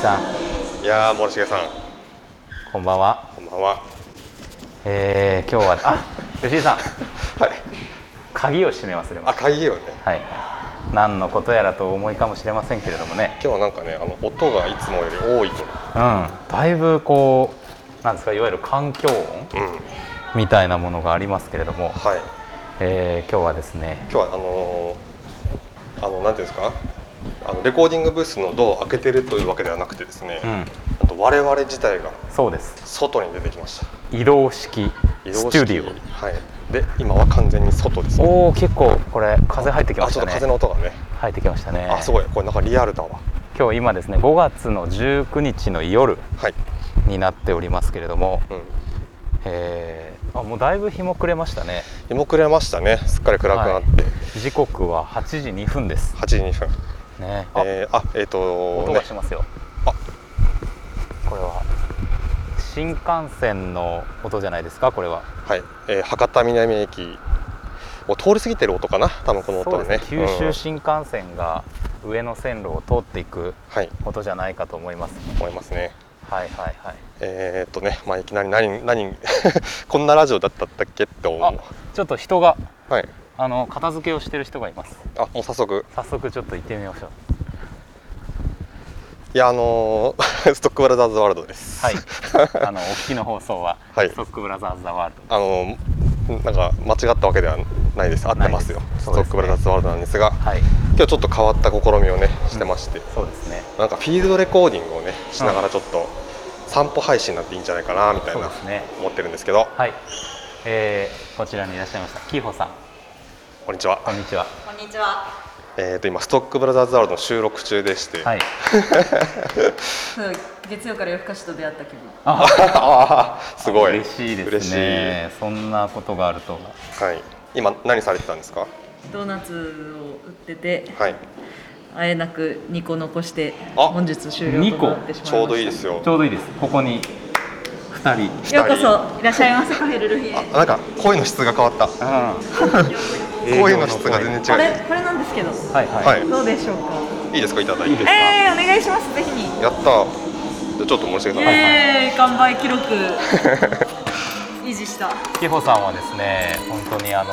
さんいやー、森重さん、こんばんは、こんばんは。えー、今日はあ吉井さんはい。鍵を閉め忘れまあ、し鍵をね。たはい何のことやらとお思いかもしれませんけれどもね今日はなんかね、あの音がいつもより多いと。うんだいぶこうなんですかいわゆる環境音うん。はい。みたいなものがありますけれども、今えー、今日はですね日はあのーあのなんていうんですか。あのレコーディングブースのドアを開けてるというわけではなくてですね。うんあと我々自体がそうです外に出てきました。移動式スチューディはい。で、今は完全に外です、オね。おお結構これ風入ってきまあ、しちたょっとね風の音がね。入ってきましたねあ、すごい。これなんかリアルだわ。今日今ですね5月の19日の夜はい。になっておりますけれども、うん。えーあもうだいぶ日も暮れましたね日も暮れましたね。すっかり暗くなって。時刻は8時2分です8時2分。ねあ、えー、あ、えっ、と音ねがしますよあこれは新幹線の音じゃないですかこれははい、えー博多南駅を通り過ぎてる音かな多分この音そうはですねね九う州ん新幹線が上の線路を通っていくはい音じゃないかと思います思いますねはいはいはいえー、っとねまあいきなり何何 こんなラジオだったっけって思あうちょっと人がはいあの片付けをしてる人がいますあもう早速早速ちょっと行ってみましょういやあのー ストックブラザーズワールドです はいあのお聞きの放送は、はいストックブラザーズ・ザ・ワールドあのーなんか間違ったわけではないです合ってますよないですスそうですねトックブラザーズワールドなんですがはい今日ちょっと変わった試みをねしてまして、そうですねなんかフィールドレコーディングをねしながらちょっと散歩配信になっていいんじゃないかなみたいそうなですね思ってるんですけどはい、えー、こちらにいらっしゃいましたキーホさんこんにちはこんにちはこんにちは。えー、と今ストックブラザーズワールドの収録中でして、はいそう月曜から夜更かしと出会った気分。あー すごい嬉しいですねそんなことがあるとは嬉しいはい、今何されてたんですかドーナツを売ってて、はいあえなく2個残してあ本日終了となってしまいました。ちょうどいいですよちょうどいいですここに2人 ようこそいらっしゃいませカフェルルフィあエ。なんか声の質が変わったうん声の質が全こ然違うれこれなんですけど、はいはい、はいどうでしょうか。いいですかいただいていいでええー、お願いしますぜひに。やったじゃあちょっと森重さん、イエーイ完売 記録維持した。キーホさんはですね本当にあの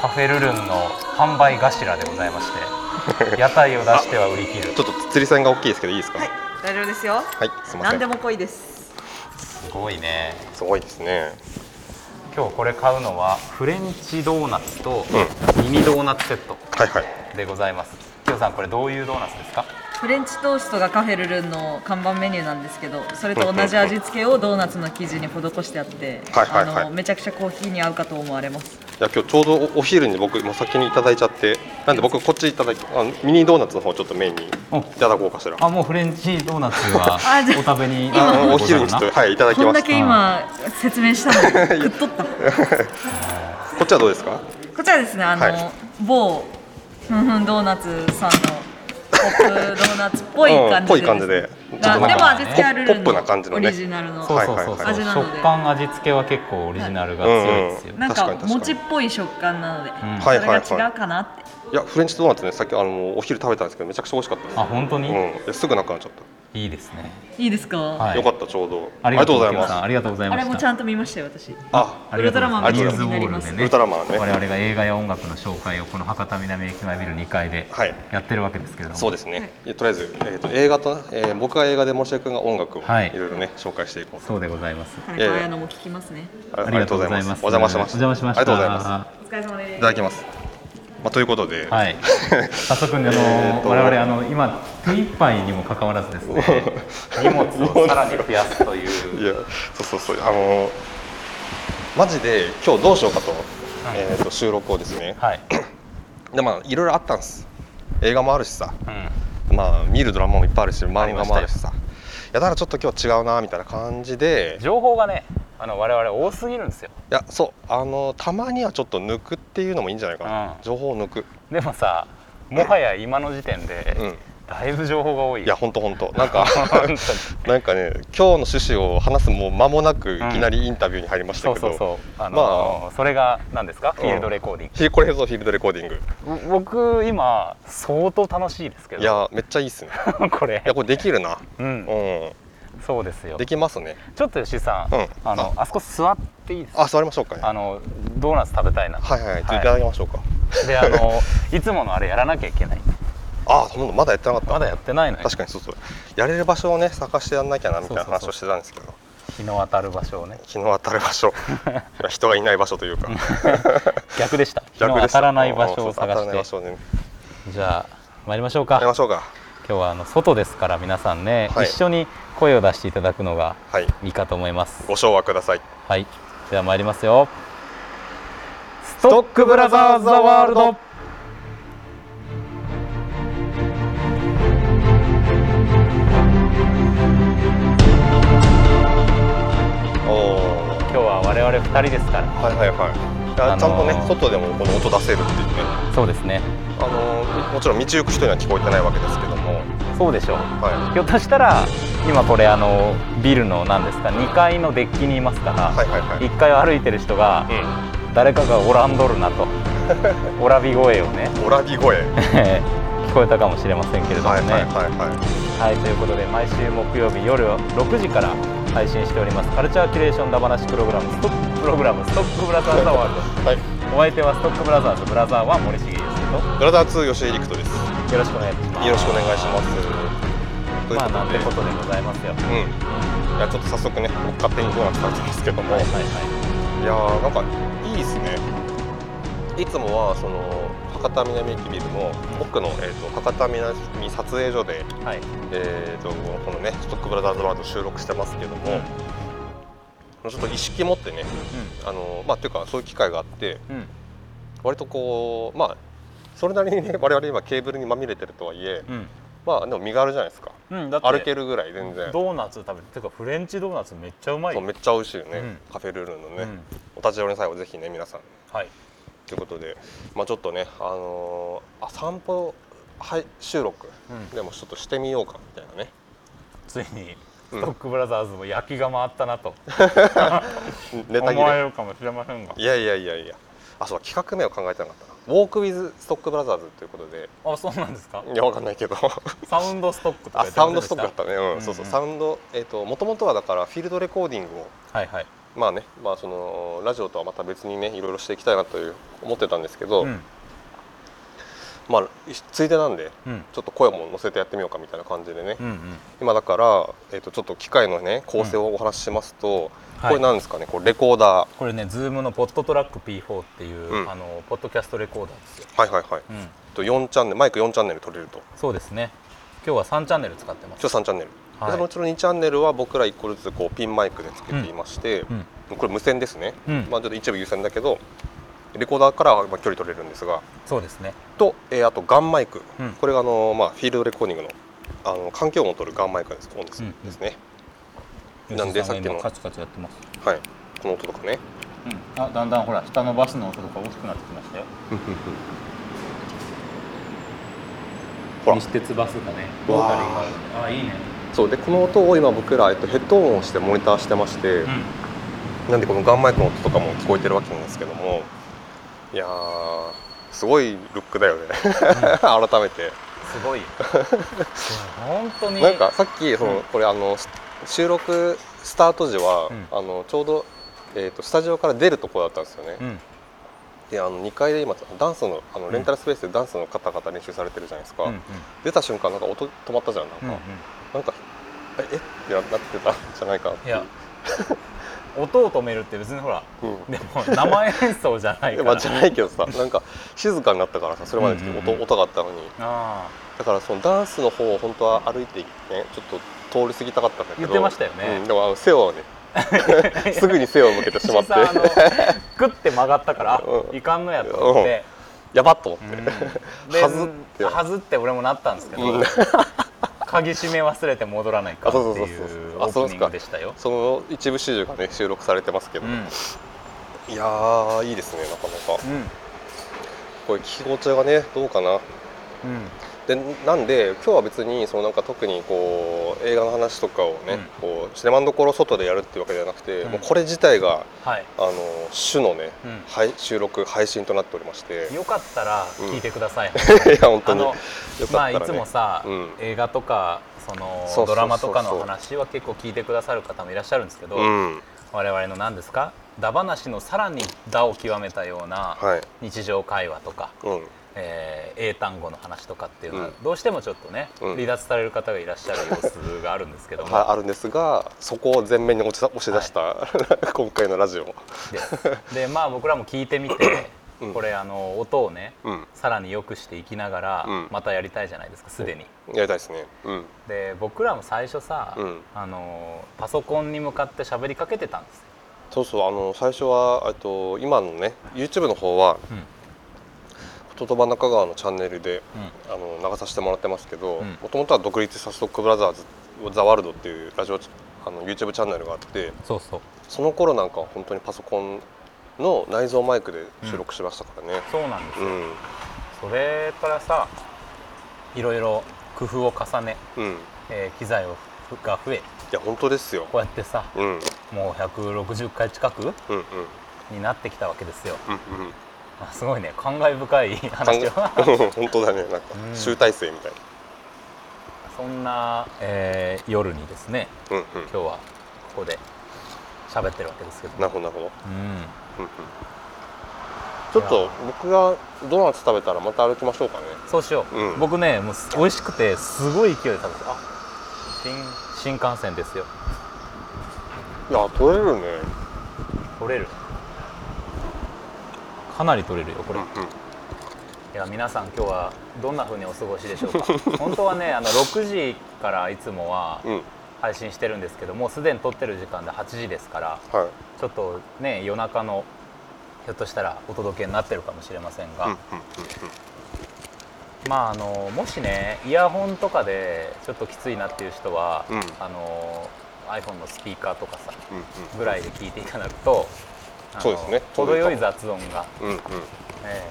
カフェルルンの販売頭でございま して屋台を出しては売り切るちょっと釣り線が大きいですけどいいですかはい大丈夫ですよ。はい、すいませ何んでも濃いです。すごいねすごいですね今日これ買うのはフレンチドーナツとうミニドーナツセットはいはいでございます。キヨさんこれどういうドーナツですか？フレンチトーストがカフェルルンの看板メニューなんですけどそれと同じ味付けをドーナツの生地に施してあって、はいはいはいあのめちゃくちゃコーヒーに合うかと思われますいや今日ちょうどおお昼に僕もう先にいただいちゃってなんで僕こっちいただきあのミニドーナツの方ちょっとメインにいただこうかしらあもうフレンチドーナツはあじゃあお食べに今あのごおざ昼るにちょっとなはいいただきこんまだすけ今説明した のに食っとったここっちはどうですかちらですねあの、はい某ふんふんドーナツさんのポップドーナツっぽい感じで,、うんぽい感じでちょっとなあんかでも味付けはルルポッンプな感じののオねリジナルのそうそうそうそう、はいはいはい食感味付けは結構オリジナルが強いですよ。うんうんなん確かかに確かに餅っぽい食感なので、んはいはいはいそれが違うかなっていやフレンチドーナツねさっきあのお昼食べたんですけどめちゃくちゃ美味しかったであす本当に、うんいやすぐなくなっちゃっいいですね。いいですか、た、はい。よかったちょうどありがとうございあります。ありがとうございあまれしもちた。ゃんと見ましたよ私あありがとうございますウアルニートラズマンウォみたいになりーまルすでウねルトラマンね我々が映画や音楽の紹介をこの博多南駅前ビル2階ではいやってるわけですけれども、そうですね、いやとりあえず、えー、と映画と、えー僕が映画で森重君が音楽をいはいろいろね紹介していこうそうでございます。田いやい中や綾乃も聞きますねあありがとうございます。お邪魔しましたお邪魔しました。ありがとうございますお疲れ様ですいただきます、まあ、ということで、 はい、早速、あのえーと我々あの今、手一杯にもかかわらずですね、 荷物をさらに増やすという、いやそうそうそうあのーマジで今日どうしようかと,、はいえー、と収録をですね、はい、でまあいろいろあったんです映画もあるしさうん、まあ見るドラマもいっぱいあるし漫画もあるしさあいやだからちょっと今日違うなみたいな感じでい情報がね、あの我々多すぎるんですよ、やそうあのたまにはちょっと抜くっていうのもいいんじゃないかな、うん情報を抜くでもさ、もはや今の時点で、うんだいぶ情報が多いいや本当本当な んか なんかね今日の趣旨を話すもう間もなくいきなりインタビューに入りましそたうけそうどそうあの、まそれが何ですかフィールドレコーディングひこれぞフィールドレコーディング僕今相当楽しいですけどいやめっちゃいいっすね これいやこれできるなうんうそうですよんできますねちょっと吉井さん、うんあのあそこ座っていいですかあ座りましょうかねあはのドーナツ食べたいな、いはい、はい、いはいただきましょうかであのいつものあれやらなきゃいけないあそんなのまだやってなかったまだやってないのよ確かにそうそうやれる場所をね探してやんなきゃなみたいな話をしてたんですけど日の当たる場所をね日の当たる 場所人がいない場所というか 逆でした日逆ので当したたらない場所うをんそうそ探う当たらない場して所でねじゃあ参りましょうやりまかしょうか今日はあの外ですから皆さんね、はい一緒に声を出していただくのがはいいいかと思いますご唱和くださいはいでは参りますよストックブラザーズ・ザ・ワールド今日おおは我々2人ですからはいはいはいいやあのーちゃんとね外でもこの音出せるっていうねそうですねあのーもちろん道行く人には聞こえてないわけですけどもそうでしょうはひょっとしたら今これあのビルの何ですか2階のデッキにいますから、いはいはいはい1階を歩いてる人がう誰かがオランドルな とオラビ声をねんオラビ声聞こえたかもしれませんけれどもね、ははいいはいはいはいということで毎週木曜日夜6時から配信しておりますカルチャーキュレーションだ話プログラムストッププログラムストックブラザーズ・ザ・ワールはいドお相手はストックブラザーズブラザーは森重ですブラザー2吉井陸斗ですよとよろしくお願いしますろしくお願いしますというまあこなんとてでことでございますようんいやちょっと早速ね僕勝手にドーナツ食べてますけども、はいいはいはいやーなんかいいですねいつもはその博多南駅ビルの奥の、えー、と博多南撮影所ではいえー、とこのね「ストックブラザーズ・ワールド」収録してますけども、ちょっと意識持ってねあのまあというかそういう機会があってうんうん割とこうまあそれなりにね我々今ケーブルにまみれてるとはいえうんまあでも身軽じゃないですかうん、だって歩けるぐらい全然、ドーナツ食べるてかフレンチドーナツめっちゃうまいそようめっちゃ美味しいよね、うんカフェルールのね、うんお立ち寄りの際はぜひね皆さんはいということでまあちょっとねあのーあ散歩はい収録うんでもちょっとしてみようかみたいなねついにうんストックブラザーズも焼きが回ったなとネ思タ切れわれるかもしれませんがいやいやいやいやあそうだ企画名を考えてなかったな「ウォーク・ウィズ・ストック・ブラザーズ」ということであそうなんですかいやわかんな いけどサウンドストックとかあやってサまウせンんドでスしトックだったねうん、そうそううんうんサウンドえっ、ともともとはだからフィールドレコーディングをはいはいまあねまあそのラジオとはまた別にねいろいろしていきたいなという思ってたんですけど、うんまあいついでなんでうんちょっと声も乗せてやってみようかみたいな感じでね、うんうん今だから、えっとちょっと機械のね構成をお話ししますと、はいこれなんですかねこれレコーダーこれね Zoom のポットトラック P4 っていう、うんあのポッドキャストレコーダーですよ、はいはいはい、うん、と4チャンネルマイク4チャンネル取れるとそうですね今日は3チャンネル使ってます一応3チャンネル、はいでそのうちの2チャンネルは僕ら1個ずつこうピンマイクでつけていまして、うんこれ無線ですね、うんまあ、ちょっと一部有線だけどレコーダーからはまあ距離取れるんですがそうですねと、えーあとガンマイク、うんこれがあの、まあ、フィールドレコーディングのあの環境音を取るガンマイクです音です,、うんうんですねなん吉で井さんがさっきの今カチカチやってます、はいこの音とかねうん、あだんだんほら下のバスの音とか大きくなってきましたよほら西鉄バスがねうわローータリーがあるんであいいねそうでこの音を今僕ら、えっと、ヘッドホンをしてモニターしてまして、うなんでこのガンマイクの音とかも聞こえてるわけなんですけどもいやーすごいルックだよね 改めてんすごいよ本当になんかさっきその、うんこれあのし収録スタート時は、うあのちょうど、えー、とスタジオから出るところだったんですよね、うんであの2階で今ダンスのあのレンタルスペースでダンスの方々練習されてるじゃないですか、うん出た瞬間なんか音止まったじゃんなんか、うんうんなんかええってなってたんじゃないかっていうや音を止めるって別にほらうんでも生演奏じゃないかまらあ、じゃないけ どさなんか静かになったからさそれまでちょっとう音,、んうんうん音があったのにあだからそのダンスの方を本当は歩いてねちょっと通り過ぎたかったんだけ言どってましたよねうんでもあの背をね すぐに背を向けてあしまってさんあのグッて曲がったからうんあいかんのやと思って、やばっと思って、うんではずってはずって俺もなったんですけど、うん鍵閉め忘れて戻らないかっていうオあそうそうそうそうあーそうプニンですかグでしたよその一部始終がね収録されてますけど、うんうんいやーいいですねなかなかこれ聞き心地がねどうかなうんでなんで今日は別にそのなんか特にこう映画の話とかをね、うんこうシネマンどころ外でやるっていうわけじゃなくて、うんもうこれ自体がはいあの主のね、うんはい、収録配信となっておりまして、いよかったら聞いてください、 や本当あによのかったまあらね、いつもさ、うん映画とかそのそうそうそうそうドラマとかの話は結構聞いてくださる方もいらっしゃるんですけど、うん我々の何ですかダ話のさらにダを極めたようなはい、日常会話とか、うん、えー英単語の話とかっていうのは、うんどうしてもちょっとね、うん離脱される方がいらっしゃる様子があるんですけども、はあるんですがそこを前面に押し押し出した、 今回のラジオ、ででまあ僕らも聞いてみて、うんこれあの音をねうん、さらに良くしていきながら、うんまたやりたいじゃないですかすでに。やりたいですね、うん、で僕らも最初さ、うんあのパソコンに向かって喋りかけてたんですよ、そうそうあの最初はえっと今のね YouTube の方はうん言葉中川のチャンネルであの流させてもらってますけどうんもともとは独立したストックブラザーズザワールドっていうラジオあの YouTube チャンネルがあってそうそうその頃なんかは本当にパソコンの内蔵マイクで収録しましたからねそうなんですうよ、んそれからさいろいろ工夫を重ね、うん、いえー機材をふが増えや本当ですよこうやってさうんうんもう160回近くうんうんになってきたわけですようんうんあすごいね感慨深い話を本当だねなんかうん集大成みたい そんな、えー夜にですねなうん今日はここで喋ってるわけですけどうんなるほどなるほどうんうんうんちょっと僕がドーナツ食べたらまた歩きましょうかねそうしよう、うん僕ねもうす美味しくてすごい勢いで食べてあ新新幹線ですよいや取れるね取れるかなり取れるよこれ、いんや皆さん今日はどんな風にお過ごしでしょうか本当はねあの6時からいつもはうん配信してるんですけどもうすでに撮ってる時間で8時ですからはいちょっとね夜中のひょっとしたらお届けになってるかもしれませんが、まああのもしねイヤホンとかでちょっときついなっていう人は、うんあの iPhone のスピーカーとかさうんうんぐらいで聞いていただくとあのそうですね程よい雑音が、うんうんええ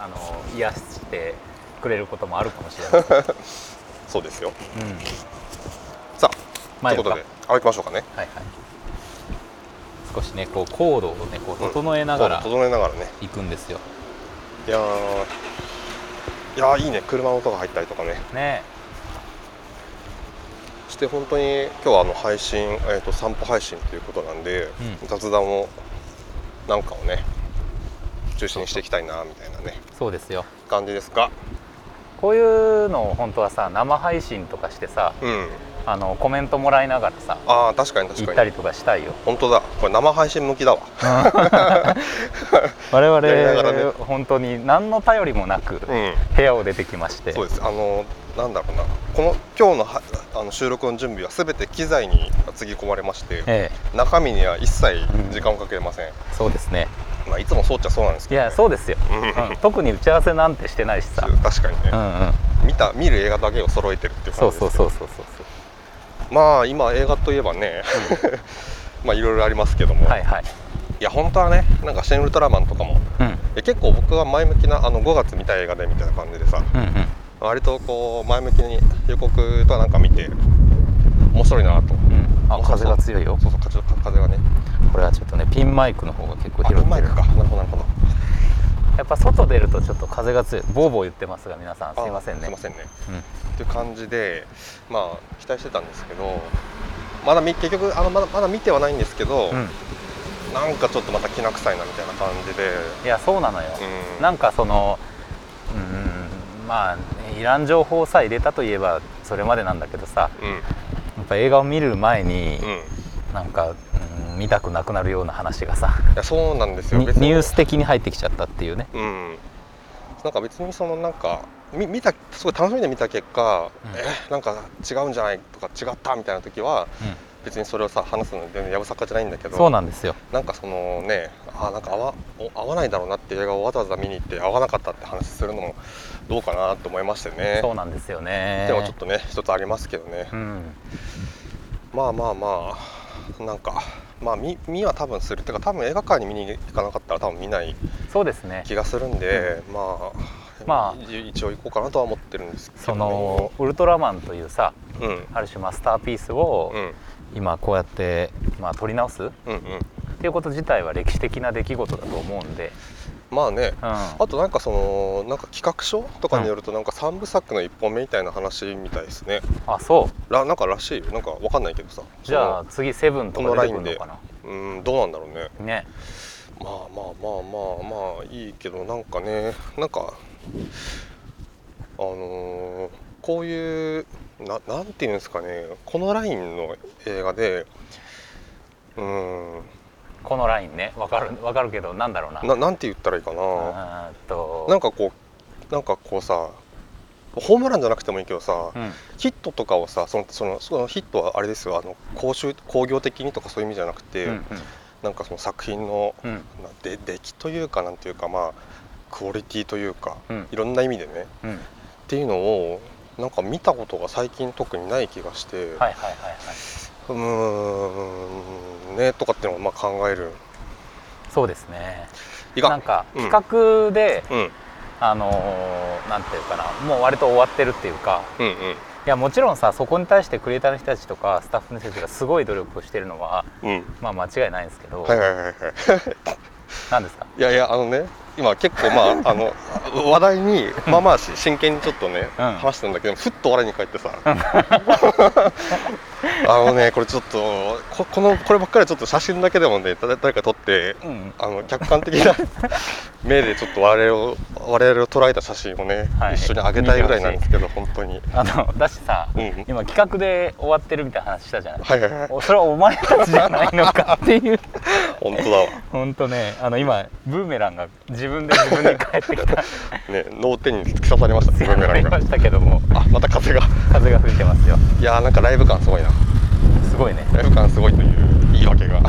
あの癒してくれることもあるかもしれ ない、うん、そうですよさあまあということでよ歩きましょうかねはいはい少しねこうコードをねこう整えながらそう整えながらね行くんですよ、いやーいやーいいね車の音が入ったりとかねねそして本当に今日はあの配信、えー、と散歩配信ということなんで、うん雑談をなんかをね中心にしていきたいなみたいなねそうですよ感じですがこういうのを本当はさ生配信とかしてさうんあのコメントもらいながらさああ確かに確行っかたにりとかしたいよ本当だこれ生配信向きだわ我やりながらね々本当に何の頼りもなくうん部屋を出てきまして、そうですあのなんだろうなこの今日のはあの収録の準備はすべて機材につぎ込まれましてえ中身には一切うん時間をかけません、え、そうですねまあ、いつもそうっちゃそうなんですいけど、ね、やそうですよ、うんうん特に打ち合わせなんてしてないしさ、 確かにねう、んうん、見た見る映画だけを揃えてるっていうそ感うじそでうすけそどうそうそうまあ今映画といえばね まあいろいろありますけども、はいはい、いや本当はねなんか「シン・ウルトラマン」とかもうん、いや結構僕は前向きなあの5月見た映画でみたいな感じでさうんうん割とこう前向きに予告とかなんか見て面白いなとうんあ面白そう風が強いよそうそうかちょっと風がねこれはちょっとねピンマイクの方が結構あ広いマイクかなるほどなるほどやっぱ外出るとちょっと風が強いボーボー言ってますが皆さんすあいませんねすいませんねうんっていう感じでまあ期待してたんですけどまだみ結局あのまだまだ見てはないんですけど、うんなんかちょっとまたきな臭いなみたいな感じでいやそうなのよ、うんなんかそのうんまあいらん情報さえ入れたといえばそれまでなんだけどさうんやっぱ映画を見る前に、うんなんか、うん見たくなくなるような話がさいやそうなんですよニ別にニュース的に入ってきちゃったっていうねうんなんか別にそのなんかみ見たすごい楽しみで見た結果、うんえなんか違うんじゃないとか違ったみたいな時は別にそれをさ話すの全然やぶさかじゃないんだけどそうなんですよなんかそのねあなんか合わお合わないだろうなって映画をわざわざ見に行って合わなかったって話するのもどうかなと思いましてねそうなんですよねでもちょっとね一つありますけどね、うんまあまあまあなんかまあ見見は多分するてか多分映画館に見に行かなかったら多分見ないそうですね気がするんで、まあまあい一応行こうかなとは思ってるんですけどそのウルトラマンというさうんうんある種マスターピースをうん今こうやって、まあ、撮り直すっうんていうこと自体は歴史的な出来事だと思うんで、まあねうん、あとなんかそのなんか企画書とかによるとなんか三部作の一本目みたいな話みたいですねあそうらなんからしいよなんかわかんないけどさじゃあ次セブンとこのかラ出イてくンるでのかそのうんどうなんだろうねなねまあまあまあまあまあいいけどなんかねなんかあのーこういうななんていうんですかねこのラインの映画でうんこのラインねわかるわかるけどなんだろうなななんて言ったらいいかなあーっとなんかこうなんかこうさホームランじゃなくてもいいけどさうん、ヒットとかをさそのそのそのヒットはあれですよあの公衆工業的にとかそういう意味じゃなくて、うんなんかその作品のうんうんなで出来というかなんていうかまあクオリティというか、うんいろんな意味でねうんはいっていうのをなんか見たことが最近特にない気がして、はいはいはいうーんねとかっていうのをまあ考えるそうですねいかなんか企画で、うんうんあのーなんていうかなもう割と終わってるっていうかうんいやもちろんさそこに対してクリエイターの人たちとかスタッフの人たちがすごい努力をしてるのはうんうんまあ間違いないんですけど、はいはいはいはいなんですかいやいやあのね今結構ま ああの話題にまあまあし真剣にちょっとね、うん話したんだけどふっと我に返ってさ あのねこれちょっとここのこればっかりはちょっと写真だけでもねだ誰か撮ってうんあの客観的な 目でちょっと我々を我々を捉えた写真をね、はい一緒にあげたいぐらいなんですけど本当にあのだしさ、うんうん今企画で終わってるみたいな話したじゃない、はいはいはいおそれはお前たちじゃないのかっていう本当だわ本当ねあの今ブーメランが自分で自分に返って きたね脳天に突き刺されましたねブーメランりがましたけどもあまた風が風が吹いてますよいやーなんかライブ感すごいなすごいねライブ感すごいという言い訳が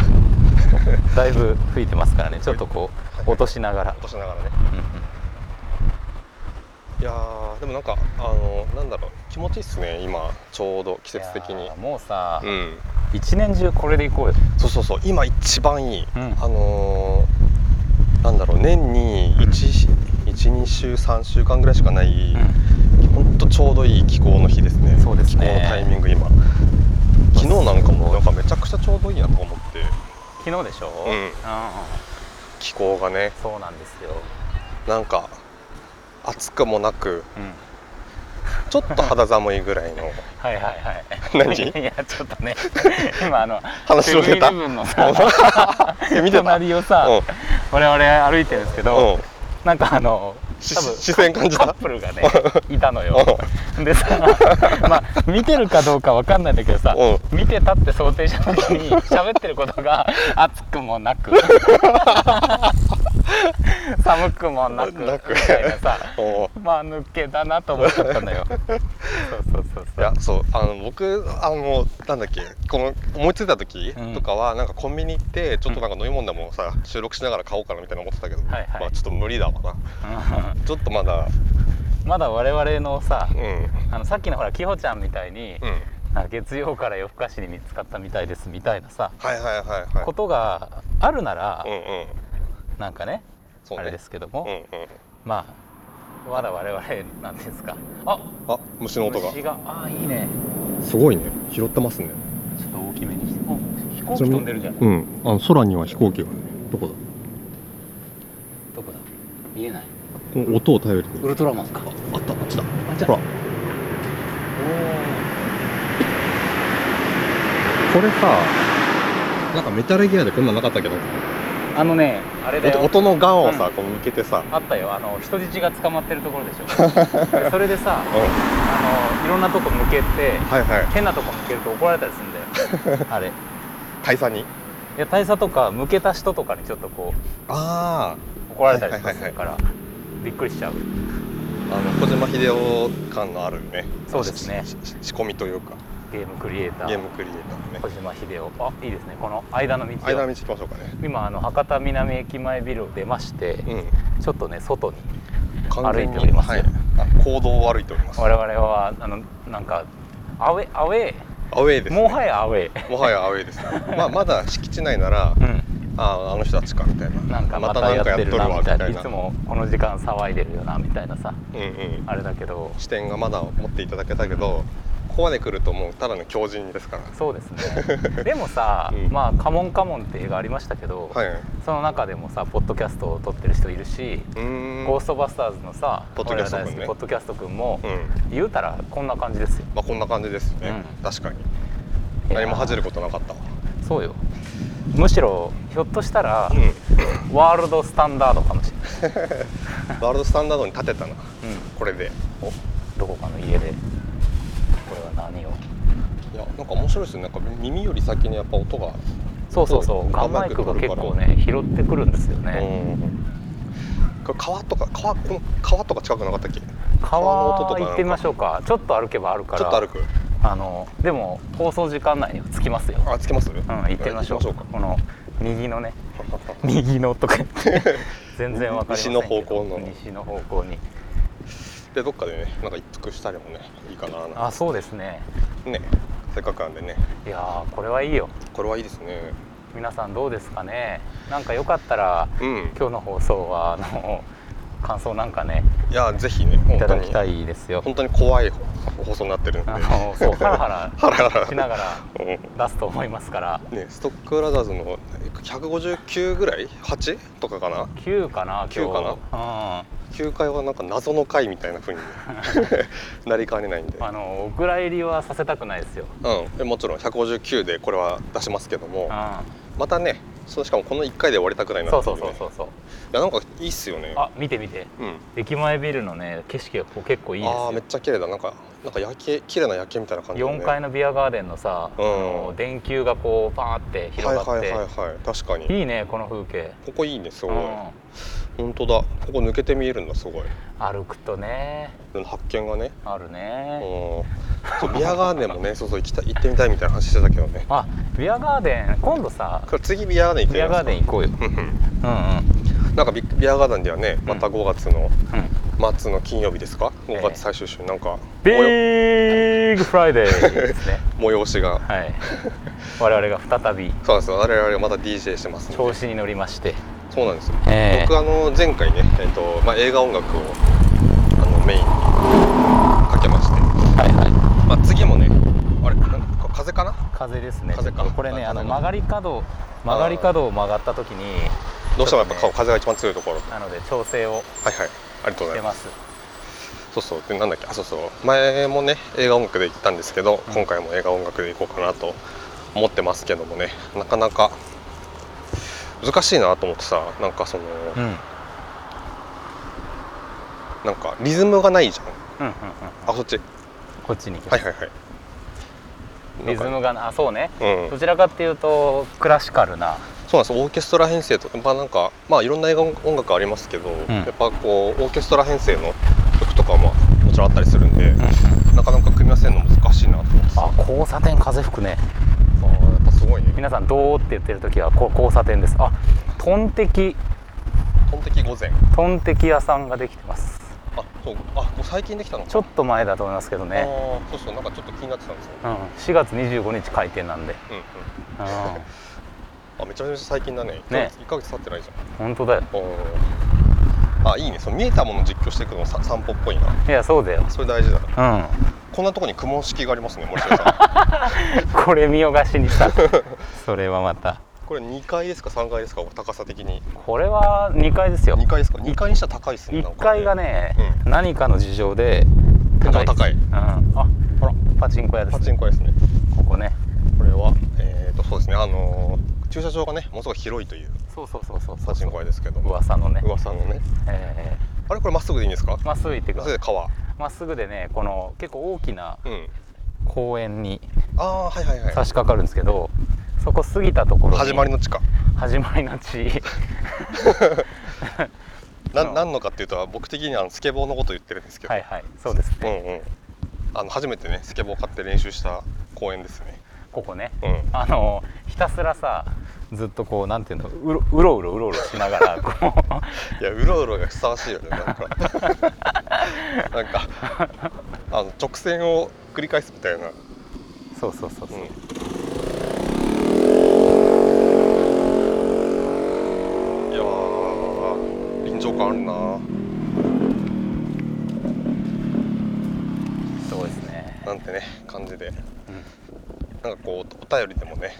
だいぶ吹いてますからねちょっとこう落としながら落としながらねうんうんいやーでもなんかあのなんだろう気持ちいいっすね今ちょうど季節的いにやーもうさうん一年中これでいこうよそうそうそう今一番いい、うんあのーなんだろう年に12週3週間ぐらいしかない、ほんとちょうどいい気候の日ですねそうですね気候のタイミング今昨日なんかもなんかめちゃくちゃちょうどいいなと思って昨日でしょうんうん気候がねそうなんですよなんか暑くもなくうんちょっと肌寒いぐらいのはいはいはい何 いやちょっと ね今あの話をセブンイ出たレブンのさえ 見てた隣をさうん我々歩いてるんですけど、うんなんかあのし多分視線感じたカップルがねいたのよで さまあ見てるかどうかわかんないんだけどさう見てたって想定した時に喋ってること が熱くもなく寒くもなくみなくたいなさお うまあ抜けだなと思っちゃったのよそうそうそういそうやそうあの僕あのなんだっけこの思いついた時うんとかは、なんかコンビニ行ってちょっとなんか飲み物でもさ収録しながら買おうかなみたいな思ってたけど、はいはいまあちょっと無理だわなうちょっとまだんまだ我々のさうんうんあのさっきのほらキホちゃんみたいに、なんか月曜から夜更かしに見つかったみたいですみたいなさはいはいはいはいことがあるなら、うんうんなんかねそうねあれですけどうんも、うまあまだ我々なんていうんですかあんあ虫の音が虫があーいいねすごいね拾ってますねちょっと大きめにしてお飛行機飛んでるじゃんうんあの空には飛行機がねどこだどこだ見えないこの音を頼りにウルトラマンかあったあっちだあじゃあほらこれさなんかメタルギアでこんなんなかったけどあのねあれだよ音音のガンをうさこう向けてさあったよあの人質が捕まってるところでし ょでそれでさうんはあのいろんなとこ向けていはい変なとこ向けると怒られたりするんだ よあれい大佐にや大佐とか向けた人とかにちょっとこあう怒られたりとかするから、びっくりしちゃうああの小島秀夫感のあるねそうですねしし仕込みというかゲームクリエイタゲーームクリエイターのね小島秀夫あいいですねこの間の道を間道行きましょうかね今あの博多南駅前ビルを出まして、うんちょっとね外に完全に歩いておりますはい、あ行動を歩いております我々はあのなんかアウェイアウェイ、アウェイです、ね、もはやアウェイ、 もはやアウェイですねまあまだ敷地内ならうん、ああの人たちかみたいななんかまたやってるなみたいないつもこの時間騒いでるよなみたいなさうんうんあれだけど視点がまだ持っていただけたけどここまで来るともうただの強靭ですからそうです ねでもさ、うんまあ「カモンカモン」って映画ありましたけど、はいはいその中でもさポッドキャストを撮ってる人いるし、うーんゴーストバスターズのさポッドキャスト君ね俺ら大好きポッドキャスト君も、うん言うたらこんな感じですよまあこんな感じですよね、うん確かに何も恥じることなかったわそうよむしろひょっとしたら、うんワールドスタンダードかもしれない、ワールドスタンダードに立てたなうこれでん、おどこかの家でこれは何をいやなんか面白いですねなんか耳より先にやっぱ音が、そうそうそそううガンマイクがガンマイ結クが構ね拾ってくるんですよね、うんこれ川とか川この川とか近くなかったっけち川の音と川かなんか行ってみましょうかちょっと歩けばあるからょっと歩くあのでも放送時間内には着きますよ、あつけますうんうん、行ってみましょう行きこの右のねましょうか右のと か言って全然わかりませんけど西の方向の西の方向に でどっかでねなんか一服したりもねいいかななあそうですねねせっかくなんでねいやーこれはいいよこれはいいですね皆さんどうですかねなんかよかったらうん今日の放送はあの感想なんかねいやぜひねい本た当だきにたいですよ本当に怖い放送になってるんであのそうハラハハラハララしながうんら出すと思いますからね、ストックブラザーズの159ぐらい 8? とかかな9かな今日9かな、 9回はなんか謎の回みたいな風 になりかねないんで、うん、あのお蔵入りはさせたくないですよ、うん、もちろん159でこれは出しますけどもうまたねそうしかもこの1回で終わりたくないん、なそうってい,、そううね、そうそうそういやなんかいいっすよねあ見て見てうん駅前ビルのね景色がこう結構いいですああよめっちゃ綺麗だなんかなんか夜景綺麗な夜景みたいな感じだね4階のビアガーデンのさ、うんあの電球がこうパーって広がって、はいいはいはいはい確かにいねこの風景、ここいいねすうごいん、本当だここ抜けて見えるんだすごい歩くとね発見がねあるうんね、そうビアガーデンもねそうそう行きたい行ってみたいみたいな話してたけどねあビアガーデン今度さこれ次ビアガーデン行ってビみアガまーすかデン行こうよ、うんうんうんうんなんかビビアガーデンではねまたうん5月のうん、末の金曜日ですか5月最終週なんかビ催ッグフライデーです ね催しはがい我々が再びそうなんですよ我々はまた DJ してますんで調子に乗りまして、そうなんですよええ僕あの前回ね、えっとまあ、映画音楽をあのメインにかけまして、はいはいまあ、次もねあれなんか風かな風ですね風かちょっとこれねああの風が曲がり角曲がり角を曲がった時にどうしてもやっぱちょ顔とね風が一番強いところはいなので調整をはいありがとうしござていまますすそうそうでなんだっけあそうそう前もね映画音楽で行ったんですけど、うん今回も映画音楽で行こうかなと思ってますけどもねなかなか難しいなと思ってさなんかその、うんうんうんなんかリズムがないじゃんうんあそっちこっちに行きまはいす、はいはいリズムがなあそうねうんどちらかっていうとクラシカルなそうなんですオーケストラ編成とまあなんかまあいろんな映画音楽ありますけど、んやっぱこうオーケストラ編成の曲とかももちろんあったりするんで、なかなか組み合わせるの難しいなと思ってさあ交差点風吹くねあーやっぱすごいね皆さん「どう?」って言ってる時はこう交差点ですあトンテキトンテキ午前トンテキ屋さんができてますあそうあもう最近できたのかちょっと前だと思いますけどあね、ーそうそうなんかちょっと気になってたんですよ、うん、4月25日開店なんで、うんうん、うん、あめちゃめちゃ最近だねね1ヶ月経ってないじゃん本当だよあーあいいねその見えたものを実況していくのさ散歩っぽいないやそうだよそれ大事だうんこんなとこに雲式がありますね森下さ これ見よがしにさ それはまたんこれ2階ですか3階ですか高さ的にこれは2階ですよ2階ですか2階にしたら高いですねなん1か階がね、う何かの事情で天井高いうん、あほらパチンコ屋でパすチンねコ屋ですねここねこれはえっ、とそうですねあのー駐車場がねものすごい広いというそうそうそうそうパチンコ屋ですけども噂のね噂のねえあれこれまっすぐでいいんですかーまっすぐ行ってくそだされいで川まっすぐでねこの結構大きなうん公園にああはいはいはい差し掛かるんですけど、そこ過ぎたところに始まりの地か始まりの 地なうん何のかっていうと僕的にはあのスケボーのこと言ってるんですけど、はいはいそうですうね、んうんあの初めてねスケボー買って練習した公園ですねここねうんあのひたすらさずっとこうなんていうのうろうろうろうろうろしながらこ ういやうろうろがふさわしいよね なんかなんかあの直線を繰り返すみたいな、そうそうそうそう、うん臨場感あるなそうですねなんてね感じでなんかこうお便りでもね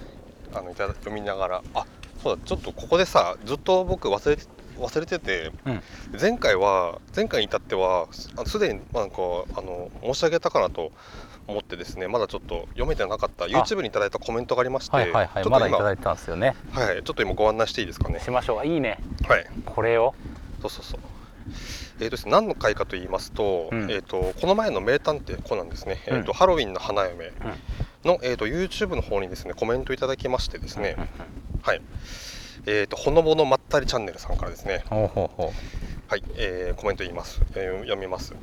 あのいただ読みながらあそうだちょっとここでさずっと僕忘れて忘れてて、うん前回は前回に至ってはすあすでになんかあの申し上げたかなと思ってですねまだちょっと読めてなかった YouTube にいただいたコメントがありましてはいはいはちいょっまとだい今ただいてたんですよねはいちょっと今ご案内していいですかねしましょういいねはいこれをそうそうそう。えーとですね、何の回かと言いますと,、うんえー、とこの前の「名探偵コナン」ですね、うんえーとハロウィンの花嫁の、えー、と YouTube の方にですねコメントいただきましてですね、はいえー、とほのぼのまったりチャンネルさんからですね、ほうほうほうはいえーコメント言います、えー読みます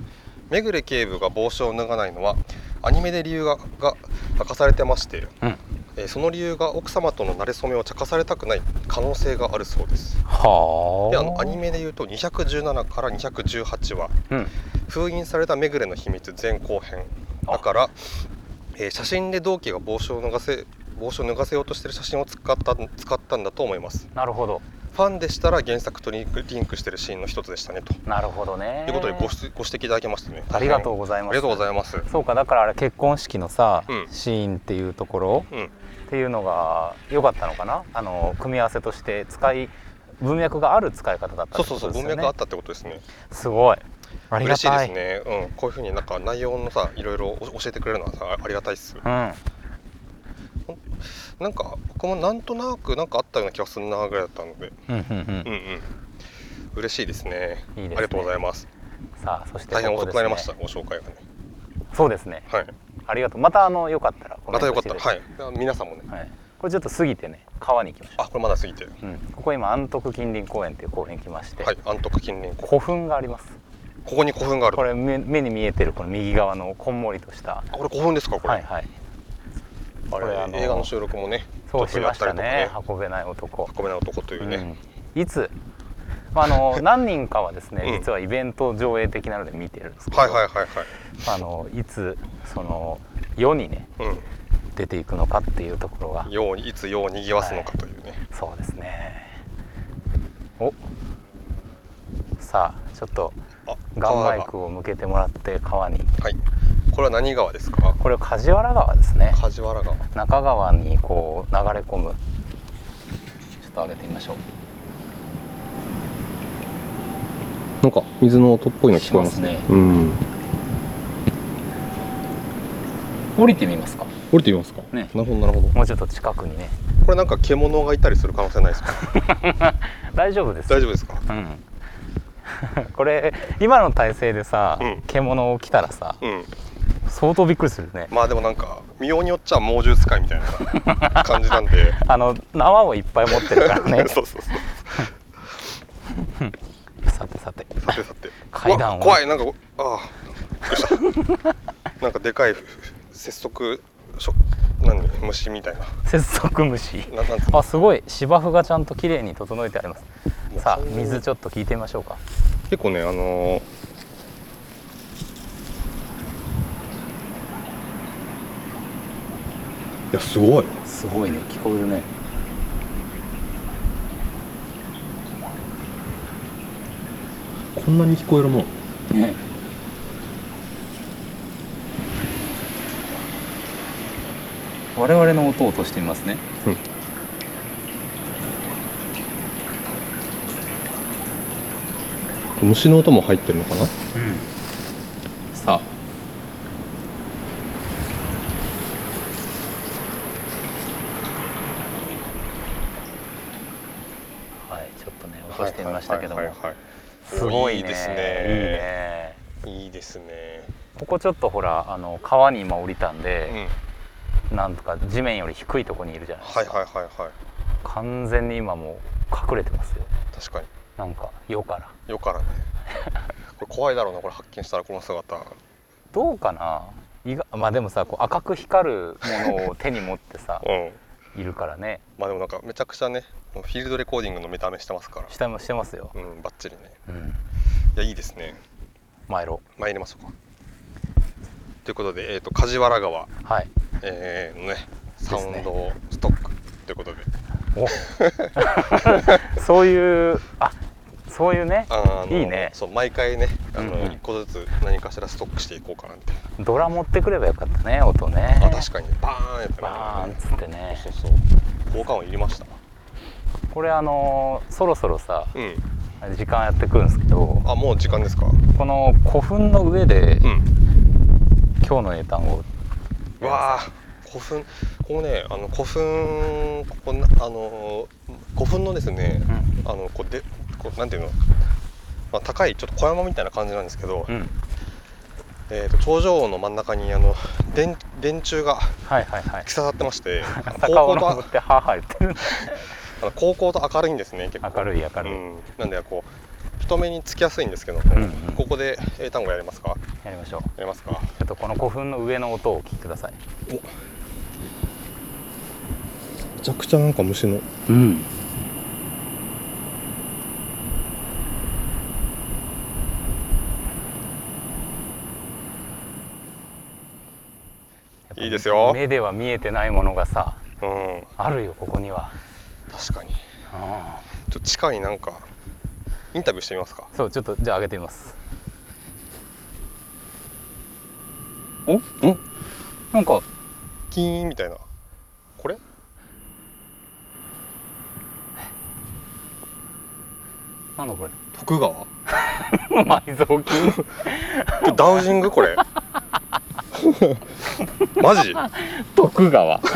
目暮警部が帽子を脱がないのはアニメで理由がが明かされてまして、うんえーその理由が奥様との馴れ初めを茶化されたくない可能性があるそうですはあであのアニメでいうと217から218話うん封印されためぐれの秘密前後編あだから、えー写真で同期が帽子を脱がせ帽子を脱がせようとしてる写真を使った使ったんだと思いますなるほどファンでしたら原作とリンクリンクしてるシーンの一つでしたねとなるほどねいうことでごしご指摘いただきましてねありがとうございま大変あすりがとうございますそうかだからあれ結婚式のさ、うんシーンっていうところうんっていうのが良かったのかなあの組み合わせとして使い文脈がある使い方だったそっうてそこうそとうですよ文ね脈があったってことですねすごいあり嬉がしたいですいね、うん、こういうふうになんか内容のさいろいろお教えてくれるのはさあありがたいっすうんなんか僕もなんとなくなんかあったような気がするなぐらいだったのでうんうんうんうん嬉しいですねいいですねありがとうございますうんさあそして大変ここ遅ですねくなりました、ご紹介がね。そうですねはい、ありがとうまたあのよかったらコメまンたトしよかってたくら、だはさいい、皆さんもね、はいこれちょっと過ぎてね川に行きましょあこれまだ過ぎてる、う、うん、ここ今安徳近隣公園っていう公園に来まして、はい、安徳近隣湖、古墳がありますここに古墳がある。こあれ目目に見えてるこの右側のこんもりとしたこれ古墳ですか、これ。はいはいあれこれあの映画の収録もね、そうしましたねとかね運べない男運べない男というね、うん、いつ、まあ、あ の何人かはですね、うん実はイベント上映的なので見てるんですけど、はいはいはいはい。あのいつその世にねう出ていくのかっていうところがん、よういつようにぎわすのかというね。そうですねおさあちょっとあ、ガンマイ川クを向けてもらって川にがはい。これは何川ですか。これ梶原川ですね梶原川。中川にこう流れ込むちょっと上げてみましょうなんか水の音っぽいの聞こえますねしますうん。降りてみますか降りてみますか。ねなるほどなるほど。もうちょっと近くにねこれなんか獣がいたりする可能性ないですか。大丈夫です大丈夫ですか。うん これ今の体勢でさ、うん獣を着たらさうん。相当びっくりするねまあでもなんか見ようによっちゃ猛獣使いみたいな感じなんであの縄をいっぱい持ってるからね そうそうそうさてさてさてさて階段をうわ怖いなんかああよいしょなんかでかい節足しょ何虫みたいな節足虫ななんつうのあすごい芝生がちゃんと綺麗に整えてありますもうさあ完全に水ちょっと聞いてみましょうか結構ねあのーいやすごいすごいね聞こえるねこんなに聞こえるもんね我々の音を落としてみますね虫の音も入ってるのかなさあはいちょっとね落としてみましたけどもはいはいはいはいすごいねいいですねいいねいいですね。ここちょっとほらあの川に今降りたんうん。で、なんとか地面より低いとこにいるじゃないですか、はいはいはいはい。完全に今もう隠れてますよ確かに。なんか世からよからね。 これ怖いだろうな、これ発見したらこの姿。どうかな意外まあでもさこう赤く光るものを手に持って さうん。いるからねまあでもなんかめちゃくちゃね、フィールドレコーディングの見た目してますから。下もしてますよ、うん、バッチリね。うん、いや、いいですね。参ろ参りましょうか。ということで、えっ、と、梶原川、うはいえーのね、すサねウンド ストックということで。おそういうあそういうねあのいいねそう毎回ねあの、うんうん1個ずつ何かしらストックしていこうかなみたいドラ持ってくればよかったね音ねなあ確かにバーンやったバーンっつってねそうそうそう交換音いりましたこれあのーそろそろさうん時間やってくるんですけどあもう時間ですかこの古墳の上でうん今日の英単語うわあ古墳このねあの古墳ここなあの古墳のですねうんあのこうでこうなんていうの、まあ、高いちょっと小山みたいな感じなんですけど、うんえー、と頂上の真ん中にあの電電柱がはいはいはい突き刺さってまして坂を 高校と登ってはーはー言ってる あの高校と明るいんですね結構明るい明るい、うん、なんでこう人目につきやすいんですけども、んうんここで英単語やりますかやりましょうやりますかちょっとこの古墳の上の音をお聞きくださいめちゃくちゃなんか虫のうんいいですよ目では見えてないものがさうんあるよここには、確かにうちょっと地下になんかインタビューしてみますかん、そうちょっとじゃあ上げてみますおおなんかキーンみたいなこれなんだこれ 徳川埋蔵金ダウジングこ れマジ徳川、うん、ち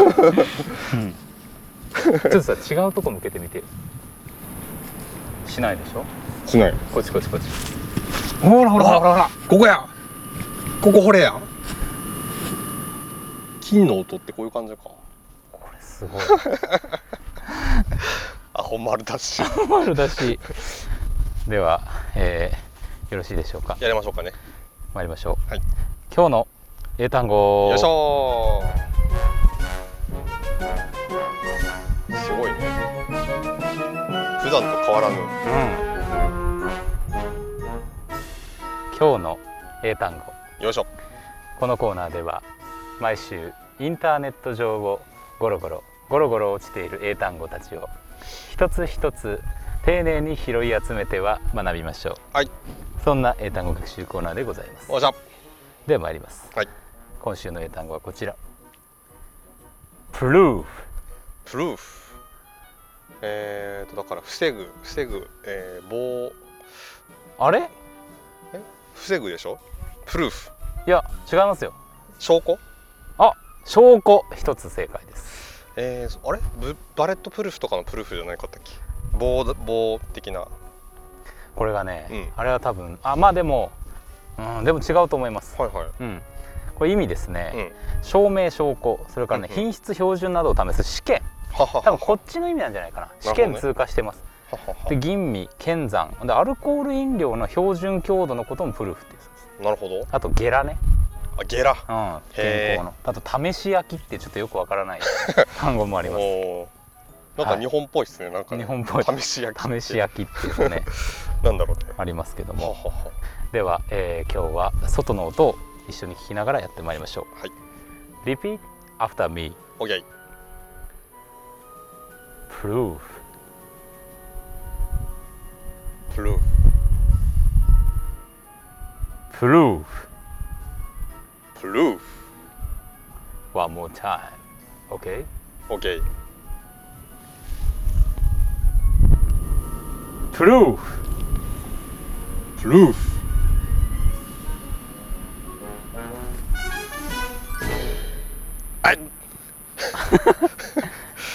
ょっとさ違うとこ向けてみてよしないでしょしないこっちこっちこっちほらほらほらほらここやここ掘れや金の音ってこういう感じかこれすごいあ本丸だ し丸だしでは、えーよろしいでしょうかやりましょうかね参りましょう、はい今日の英単語よいしょーすごいね普段と変わらぬうん今日の英単語よいしょこのコーナーでは毎週インターネット上をゴロゴロゴロゴロ落ちている英単語たちを一つ一つ丁寧に拾い集めては学びましょうはいそんな英単語学習コーナーでございますおじゃでは参りますはい今週の英単語はこちら prove プルーフえーとだから防ぐ防ぐ、えー、防あれ防ぐでしょプルーフいや違いますよ証拠あ証拠一つ正解ですえー、あれブバレットプルーフとかのプルーフじゃないかったっけ棒だ棒的なこれがね、うんあれは多分あまあでもうんでも違うと思いますはいはうんこれ意味ですね、いうん証明証拠それからね、うんうん品質標準などを試す試験ははは多分こっちの意味なんじゃないかな試験通過してます、はははで吟味検算でアルコール飲料の標準強度のこともプルーフって言うんですなるほどあとゲラね、あゲラうん、へー健康のあと試し焼きってちょっとよくわからない 単語もありますおーなんか日本っぽいですね、なんかね日本っぽい試し焼きって試し焼きっていうのねなんだろうねありますけどははもはでは、えー今日は外の音を一緒に聞きながらやってまいりましょはいう Repeat after me オッケー proof プルーフ proof プルーフ one more time okay オッケー proof プルーフ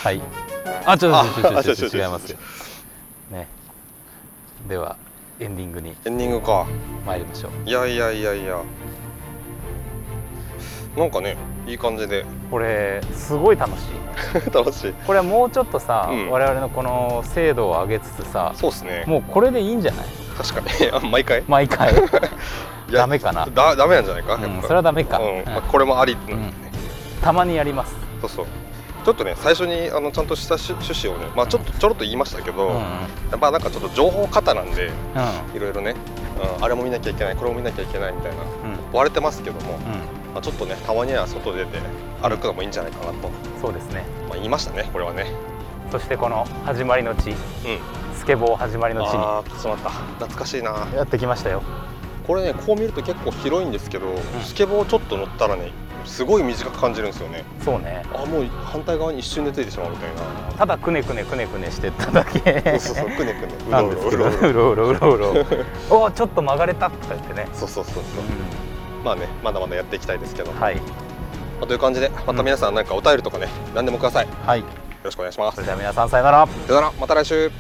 はい。あ、ちょっとちょっあとちょっと違違う違う違ういますよ。ね。ではエンディングにエンディングか参りましょう。いやいやいやいやなんかねいい感じで これすごい楽しい。楽しいこれはもうちょっとさ、うん我々のこの精度を上げつつさ、そうですねもうこれでいいんじゃない？確かに あ毎回毎回。いやダメかな。だダメなんじゃないか、うやっん、ぱそれはダメか、うんうんまあ、これもあり、んたまにやります。そうそうちょっとね最初にあのちゃんとした趣趣旨をね、まあ、ちょっとちょろっと言いましたけど、うんうん。うやっぱなんかちょっと情報過多なんでんいろいろね、うんあれも見なきゃいけないこれも見なきゃいけないみたいなうん追われてますけども、うまあ、ちょっとねたまには外出て歩くのもいいんじゃないかなと、ん。そうですね。まあ、言いましたねこれはねそしてこの始まりの地うんスケボー始まりの地あーそうだった懐かしいなにやってきましたよこれねこう見ると結構広いんですけど、スケボーちょっと乗ったらねすごい短く感じるんですよねそうねあもう反対側に一瞬でついてしまうみたいなただくねくねくねくねしてっただけそうそうそうくねくね うなんろでうすろけどうろうろうろうろうろうろ うろおーちょっと曲がれたとか言ってね、そうそうそうそうまあねまだまだやっていきたいですけど、まはいあ、という感じでまた皆さんなんかお便りとかね何でもくださいよはいろしくお願いしますそれでは皆さんさよならさよならまた来週